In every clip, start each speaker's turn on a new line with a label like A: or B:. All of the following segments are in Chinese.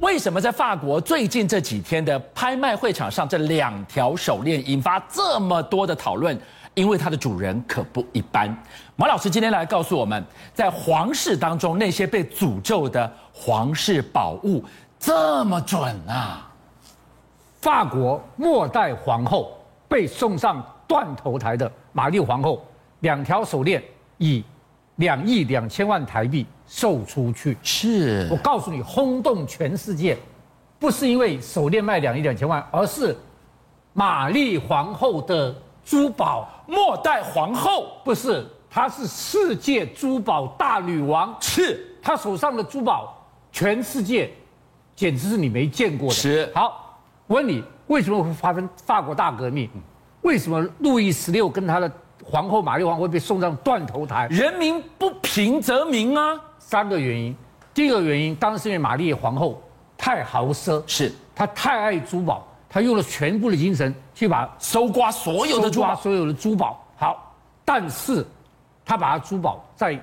A: 为什么在法国最近这几天的拍卖会场上，这两条手链引发这么多的讨论？因为它的主人可不一般。马老师今天来告诉我们，在皇室当中那些被诅咒的皇室宝物这么准啊！
B: 法国末代皇后被送上断头台的玛丽皇后，两条手链以两亿两千万台币售出去。
A: 是
B: 我告诉你，轰动全世界，不是因为手链卖两亿两千万，而是玛丽皇后的珠宝
A: 末代皇后
B: 不是，她是世界珠宝大女王，
A: 是
B: 她手上的珠宝，全世界简直是你没见过的。
A: 是
B: 好，我问你，为什么会发生法国大革
A: 嗯
B: 命？为什么路易十六跟他的皇后玛丽皇后被送上断头台？
A: 人民不平则鸣啊！
B: 三个原因。第一个原因，当然是因为玛丽皇后太豪奢，
A: 是
B: 她太爱珠宝，她用了全部的精神去把
A: 搜刮所有的
B: 搜
A: 珠
B: 刮
A: 宝，
B: 所有的珠宝。好，但是他把他珠宝在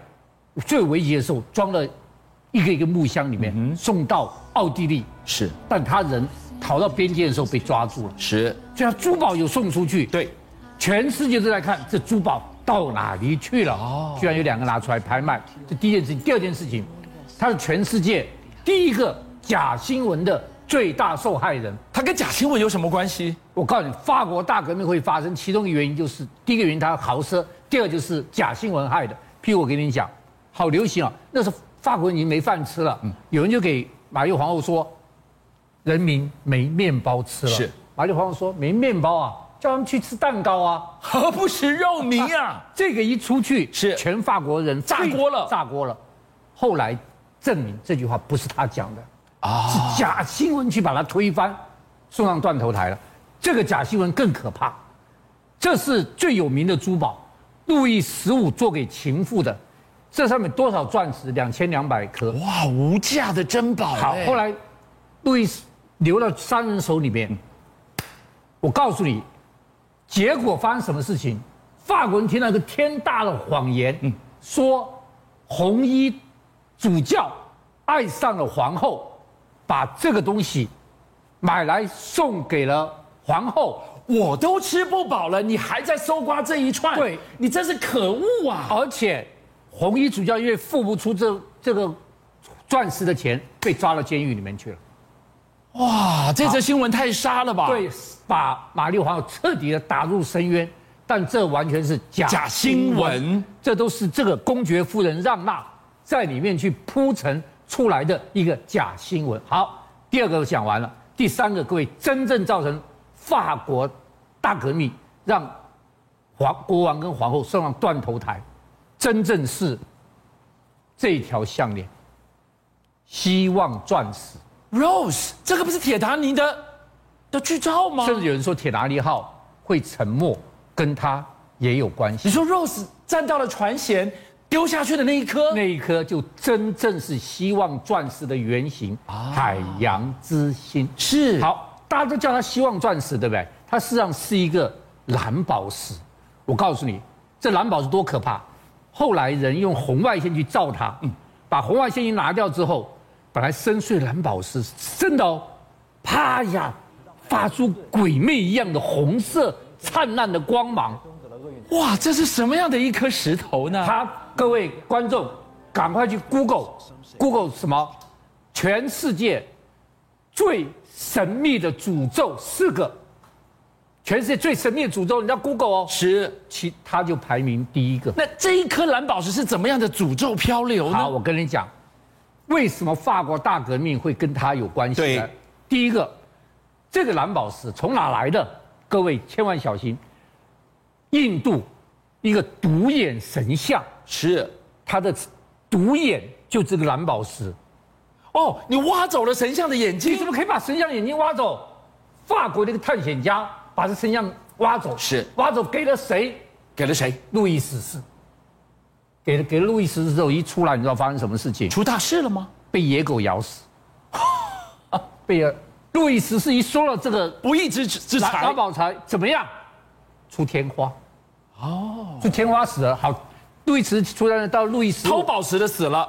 B: 最危急的时候装了一个一个木箱里面，
A: 嗯
B: 送到奥地利。
A: 是
B: 但他人逃到边界的时候被抓住了，
A: 是，
B: 所以他珠宝有送出去。，
A: 对，
B: 全世界都在看这珠宝到哪里去了。哦，居然有两个拿出来拍卖，这第一件事情。第二件事情，他是全世界第一个假新闻的最大受害人。
A: 它跟假新闻有什么关系？
B: 我告诉你，法国大革命会发生，其中一个原因就是第一个原因它豪奢，第二个就是假新闻害的。譬如我给你讲，好流行啊，那时候法国人已经没饭吃了，有人就给玛丽皇后说，人民没面包吃了。
A: 是，
B: 玛丽皇后说没面包啊，叫他们去吃蛋糕啊。
A: 何不食肉糜啊？
B: 这个一出去，
A: 是
B: 全法国人
A: 炸锅了
B: 炸锅了。后来证明这句话不是他讲的，
A: 啊
B: 是假新闻去把他推翻，送上断头台了。这个假新闻更可怕，这是最有名的珠宝，路易十五做给情妇的，这上面多少钻石？两千两百颗。
A: 哇，无价的珍宝
B: 好，
A: 哎
B: 后来路易斯流到商人手里面。我告诉你，结果发生什么事情？法国人听到一个天大的谎言，说红衣主教爱上了皇后，把这个东西买来送给了皇后，
A: 我都吃不饱了，你还在搜刮这一串，
B: 对
A: 你真是可恶啊！
B: 而且红衣主教因为付不出这这个钻石的钱，被抓到监狱里面去了。
A: 哇，啊这则新闻太杀了吧？，
B: 对，把马丽皇后彻底的打入深渊。但这完全是假
A: 假新闻，
B: 这都是这个公爵夫人让娜在里面去铺陈出来的一个假新闻。好，第二个讲完了，第三个，各位真正造成法国大革命，让皇国王跟皇后送上断头台，真正是这条项链，希望钻石。
A: Rose，这个不是铁达尼的的剧照吗？
B: 甚至有人说铁达尼号会沉没，跟他也有关
A: 你
B: 系。
A: 说 Rose 站到了船舷，丢下去的那一颗，
B: 那一颗就真正是希望钻石的原型，海洋之心。
A: 是好
B: 好，大家都叫它希望钻石，对不对？它实际上是一个蓝宝石。我告诉你，这蓝宝石多可怕！后来人用红外线去照它，嗯把红外线一拿掉之后，本来深邃蓝宝石是真的哦，啪呀，发出鬼魅一样的红色灿烂的光芒。
A: 哇，这是什么样的一颗石头呢？
B: 他各位观众，赶快去 Google Google 什么？全世界最神秘的诅咒四个，全世界最神秘的诅咒，你要 Google 哦。
A: 石，
B: 其他就排名第一个。
A: 那这一颗蓝宝石是怎么样的诅咒漂流
B: 好，
A: 呢？
B: 我跟你讲，为什么法国大革命会跟他有关系呢
A: 对？
B: 第一个，这个蓝宝石从哪来的？各位千万小心，印度一个独眼神像。
A: 是
B: 他的独眼就是这个蓝宝石。
A: 哦，你挖走了神像的眼
B: 你怎
A: 睛，
B: 么可以把神像眼睛挖走？法国的一个探险家把这神像挖走，
A: 是
B: 挖走给了谁？
A: 给了谁？
B: 路易十四。给了给了路易十四之后，一出来，你知道发生什么事情？
A: 出大事了吗？
B: 被野狗咬死。被呃路易十四一收了这个
A: 不义之之
B: 蓝
A: 财
B: 蓝，宝财怎么样？出天花。哦，出天花死了。好，路易十出来了，到路易十五
A: 偷宝石的死了，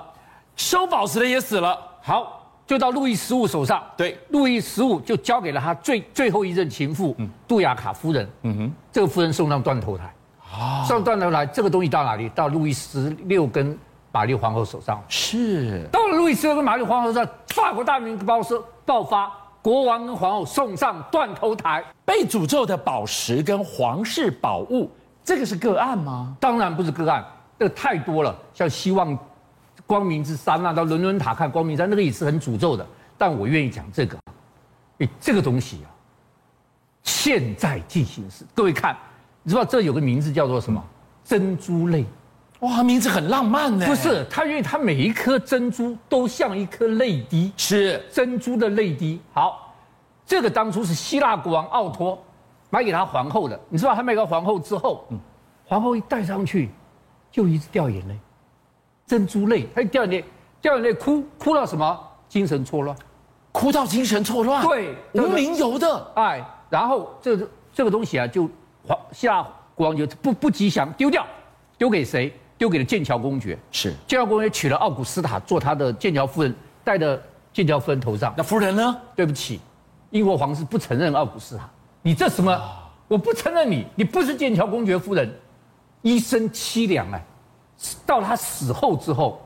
A: 收宝石的也死了。
B: 好，就到路易十五手上。
A: 对
B: 路易十五就交给了他最最后一任情妇、杜雅卡夫人。嗯哼，这个夫人送上断头台。哦，上断头台，这个东西到哪里？到路易十六跟玛丽皇后手上。
A: 是
B: 到了路易十六跟玛丽皇后手上，法国大革命爆发，爆发，国王跟皇后送上断头台。
A: 被诅咒的宝石跟皇室宝物，这个是个案吗？
B: 当然不是个案，这个太多了，像希望光明之山啊，到伦敦塔看光明山，那个也是很诅咒的。但我愿意讲这个，哎，这个东西啊，现在进行时，各位看，你知道这有个名字叫做什么？珍珠泪，
A: 哇，名字很浪漫呢。
B: 不是它，因为它每一颗珍珠都像一颗泪滴，
A: 是
B: 珍珠的泪滴。好，这个当初是希腊国王奥托买给他皇后的，你知道他卖给皇后之后，皇后一戴上去，就一直掉眼泪，珍珠泪，她一掉眼泪，掉眼泪哭，哭到什么？精神错乱。
A: 哭到精神错乱，
B: 对
A: 无名由的，
B: 哎，然后这个这个东西啊，就皇希腊国王就不不吉祥，丢掉，丢给谁？丢给了剑桥公爵。
A: 是
B: 剑桥公爵娶了奥古斯塔做他的剑桥夫人，戴的剑桥夫人头上。
A: 那夫人呢？
B: 对不起，英国皇室不承认奥古斯塔，你这什么？
A: 啊
B: 我不承认你，你不是剑桥公爵夫人，一生凄凉哎。到他死后之后，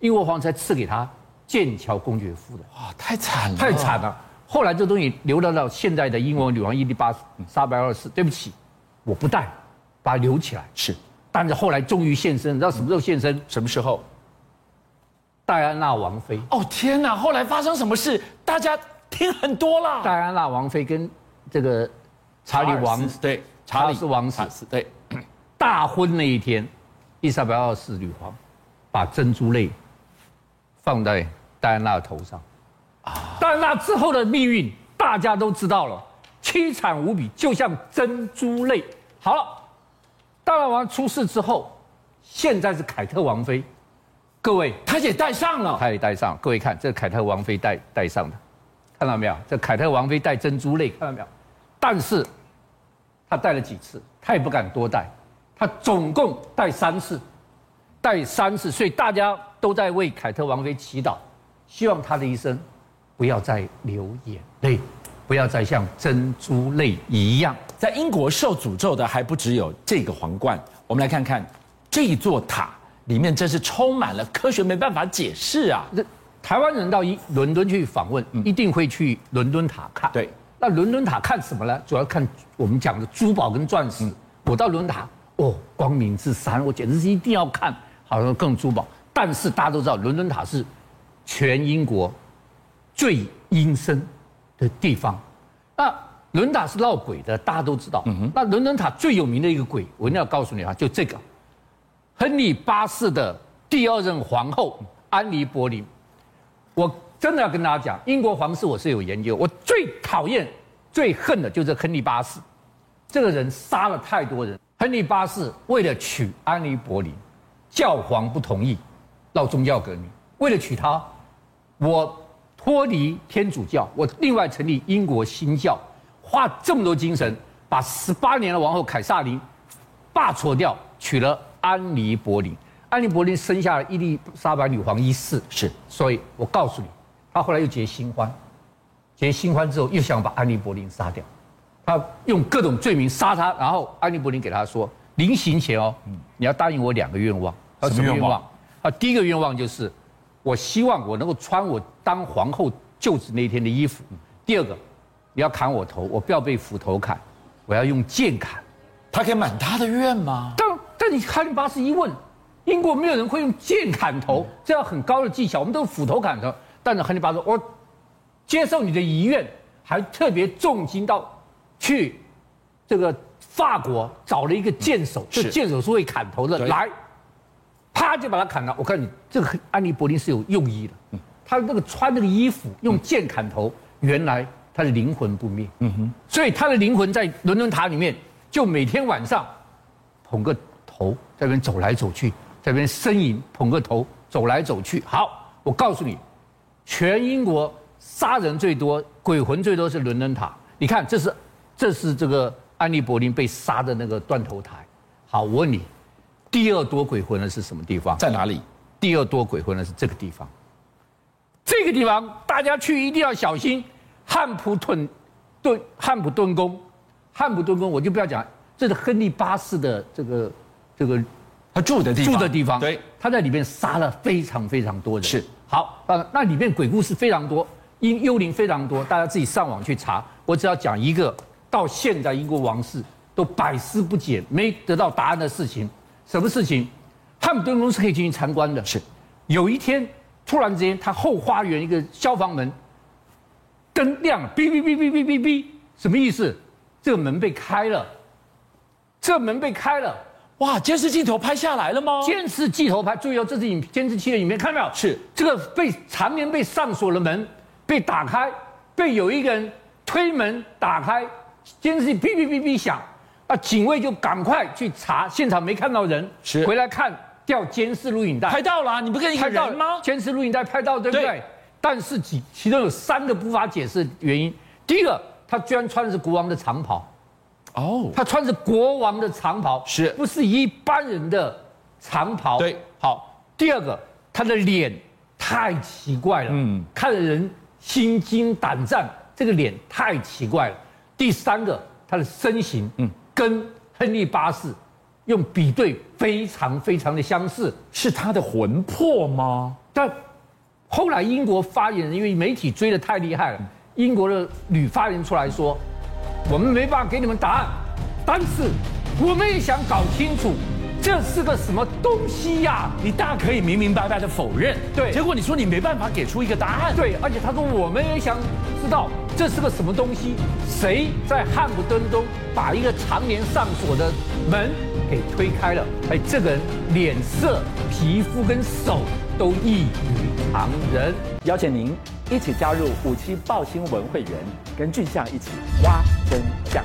B: 英国皇才赐给他剑桥公爵夫人，
A: 哇，太惨了，
B: 太惨了。后来这东西流到到现在的英国女王伊丽莎莎白二世，对不起，我不带，把它留起来。
A: 是
B: 但是后来终于现身，你知道什么时候现身？
A: 什么时候？
B: 戴安娜王妃。
A: 哦天哪！后来发生什么事？大家听很多啦。
B: 戴安娜王妃跟这个查理王子
A: 对，
B: 查理斯王子
A: 查理斯对，
B: 大婚那一天，伊莎白二世女皇把珍珠泪放在戴安娜的头上。啊，戴安娜之后的命运大家都知道了，凄惨无比，就像珍珠泪。好了，戴安娜王出事之后，现在是凯特王妃，各位
A: 他也戴上了。
B: 她也戴上，各位看，这是凯特王妃戴戴上的，看到没有？这凯特王妃戴珍珠泪，看到没有？但是，她戴了几次，她也不敢多戴，她总共戴三次，戴三次，所以大家都在为凯特王妃祈祷，希望她的一生不要再流眼泪，不要再像珍珠泪一样。
A: 在英国受诅咒的还不只有这个皇冠，我们来看看这一座塔里面真是充满了科学没办法解释啊。
B: 那台湾人到一伦敦去访问，一定会去伦敦塔看。
A: 对，
B: 那伦敦塔看什么呢？主要看我们讲的珠宝跟钻石。我到伦敦塔，哦，光明之山，我简直是一定要看，好像更珠宝。但是大家都知道，伦敦塔是全英国最阴森的地方。那伦敦塔是闹鬼的，大家都知道。那伦敦塔最有名的一个鬼，我一定要告诉你啊，就这个，亨利八世的第二任皇后安妮·博林。我真的要跟大家讲，英国皇室我是有研究，我最讨厌、最恨的就是亨利八世，这个人杀了太多人。亨利八世为了娶安妮·博林，教皇不同意，闹宗教革命。为了娶她，我脱离天主教，我另外成立英国新教，花这么多精神，把十八年的王后凯撒琳罢黜掉，娶了安妮·博林。安妮·博林生下了伊丽莎白女皇一世，
A: 是
B: 所以我告诉你，他后来又结新欢，结新欢之后又想把安妮·柏林杀掉，他用各种罪名杀他，然后安妮·柏林给他说，临行前哦，你要答应我两个愿望。他说
A: 什么愿望？
B: 啊，第一个愿望就是，我希望我能够穿我当皇后就职那一天的衣服。第二个，你要砍我头，我不要被斧头砍，我要用剑砍。
A: 他可以满他的愿吗？
B: 但但你哈利巴斯一问，英国没有人会用剑砍头，这要很高的技巧，我们都是斧头砍头。但是哈利巴斯说，我接受你的遗愿，还特别重金到去这个法国找了一个剑手，这
A: 是
B: 剑手是会砍头的，
A: 对
B: 来，啪就把他砍了。我看你这个安妮·柏林是有用意的，他那个穿那个衣服用剑砍头，原来他的灵魂不灭。嗯哼，所以他的灵魂在伦敦塔里面，就每天晚上捧个头在那边走来走去，在那边呻吟，捧个头走来走去。好，我告诉你，全英国杀人最多、鬼魂最多是伦敦塔。你看，这是这是这个安妮·柏林被杀的那个断头台。好，我问你，第二多鬼魂的是什么地方？
A: 在哪里？
B: 第二多鬼魂的是这个地方。这个地方大家去一定要小心。汉普顿顿汉普顿宫，汉普顿宫我就不要讲，这是亨利八世的这个这个
A: 他住的地方，
B: 住的地方，
A: 对，
B: 他在里面杀了非常非常多人。
A: 是，
B: 好，那那里面鬼故事非常多，因幽灵非常多，大家自己上网去查。我只要讲一个，到现在英国王室都百思不解、没得到答案的事情，什么事情？汉普顿宫是可以进行参观的。
A: 是，
B: 有一天突然之间，他后花园一个消防门灯亮了，哔哔哔哔哔哔哔，什么意思？这个门被开了，这个门被开了。
A: 哇，监视镜头拍下来了吗？
B: 监视镜头拍，注意哦，这是影监视器的影片，看到没有？
A: 哦是
B: 这个被常年被上锁的门被打开，被有一个人推门打开，监视器哔哔哔哔响，啊，警卫就赶快去查，现场没看到人，
A: 是
B: 回来看调监视录影带，
A: 拍到了啊，你不跟一个
B: 拍到
A: 人吗？
B: 监视录影带拍到，对不对？
A: 对
B: 但是其其中有三个无法解释原因，第一个，他居然穿的是国王的长袍。
A: 哦，
B: 他穿着国王的长袍，
A: 是
B: 不是一般人的长袍？
A: 对，
B: 好。第二个，他的脸太奇怪了，
A: 嗯
B: 嗯，看得人心惊胆战，这个脸太奇怪了。第三个，他的身形，嗯，跟亨利八世用比对非常非常的相似，
A: 是他的魂魄吗？
B: 但后来英国发言人因为媒体追得太厉害了，英国的女发言人出来说：“我们没办法给你们答案，但是我们也想搞清楚这是个什么东西呀、
A: 你大可以明明白白的否认，
B: 对
A: 结果你说你没办法给出一个答案，，
B: 对，而且他说我们也想知道这是个什么东西，谁在汉普顿中把一个常年上锁的门给推开了？哎，这个人脸色、皮肤跟手都异于常人。
C: 邀请您一起加入五七报新闻会员，跟俊相一起挖真相。